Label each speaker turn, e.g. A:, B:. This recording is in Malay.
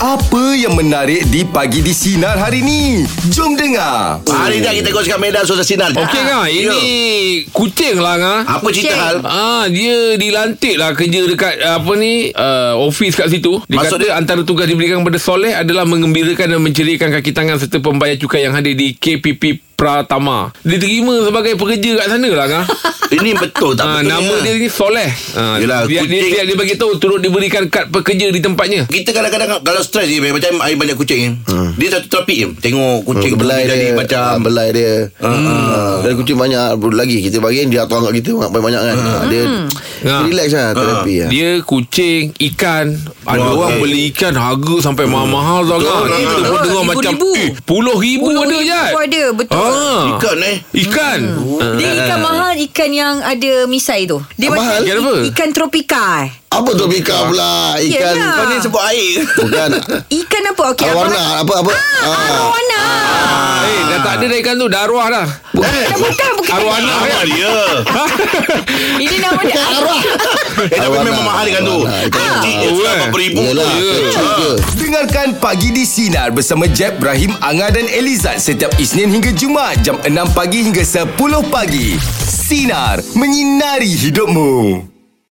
A: Apa yang menarik di pagi di sinar hari ni? Jom dengar.
B: Hari ni kita kongsikan medan sosial sinar. Ya.
C: Okey
B: Ah,
C: kan Ini kucing lah kan
B: Apa cerita hal?
D: Kucing.
C: Ah, dia dilantik lah kerja dekat apa ni uh, office kat situ.
B: Maksud
C: Dia Maksud kata
B: dia-
C: dia? antara tugas diberikan kepada Soleh adalah mengembirakan dan menceriakan kaki tangan serta pembayar cukai yang hadir di KPP Pratama. Dia terima sebagai pekerja kat sana lah kan.
B: Ini betul tak
C: Ah,
B: betul? ya.
C: nama dia ni Soleh. Ah,
B: Yelah,
C: dia, dia,
B: kucing-
C: dia, dia bagi tahu turut diberikan kad pekerja di tempatnya.
B: kita kadang-kadang kalau stres je macam air banyak kucing ni. Dia satu topik je. Tengok kucing
E: Hmm. belai
B: jadi
E: dia ah,
B: macam
E: belai dia Ah, dan kucing banyak Baru lagi kita bagi dia atau anggap kita banyak-banyak kan Ah, dia
D: Hmm.
C: Ah.
E: relax lah terapi lah.
C: Dia kucing, ikan. Ada
B: Wah,
C: orang
B: okey.
C: beli ikan harga sampai mahal-mahal tau
B: Betul.
C: kan. Kita pun
D: Betul.
C: dengar
D: Ribu-ribu.
C: macam eh, puluh ribu
D: Puluh
C: ada
D: ribu
C: je.
D: ada, betul.
C: Ah.
B: ikan eh.
C: Ikan.
E: Hmm.
C: Ah.
D: Oh, Dia ikan mahal Ikan yang ada misai tu Dia
E: Mahal?
C: Ikan apa?
D: i- Ikan tropika eh.
E: apa tu Bika pula ikan
D: Yelah.
B: Kau ni sebut air.
E: bukan
D: Ikan apa okay,
E: ah, warna apa apa
D: ah,
E: Ah.
D: Arwana
C: Eh, dah tak ada dah ikan tu. Dah arwah dah.
D: Bukan bukan, bukan.
C: Arwana
B: Apa
E: Ah,
C: kan?
B: dia?
D: Ini nama dia Arwana
B: Eh tapi
E: Arwana.
B: memang mahal ikan tu.
E: Arwana, ikan.
B: Kecil je
C: Ah.
B: berapa ribu.
E: lah. Yelah
C: Ya.
E: kecil je
A: Dengarkan Pagi di Sinar bersama Jeb, Ibrahim, Anga dan Elizad setiap Isnin hingga Jumaat jam 6 pagi hingga 10 pagi. Sinar, menyinari hidupmu.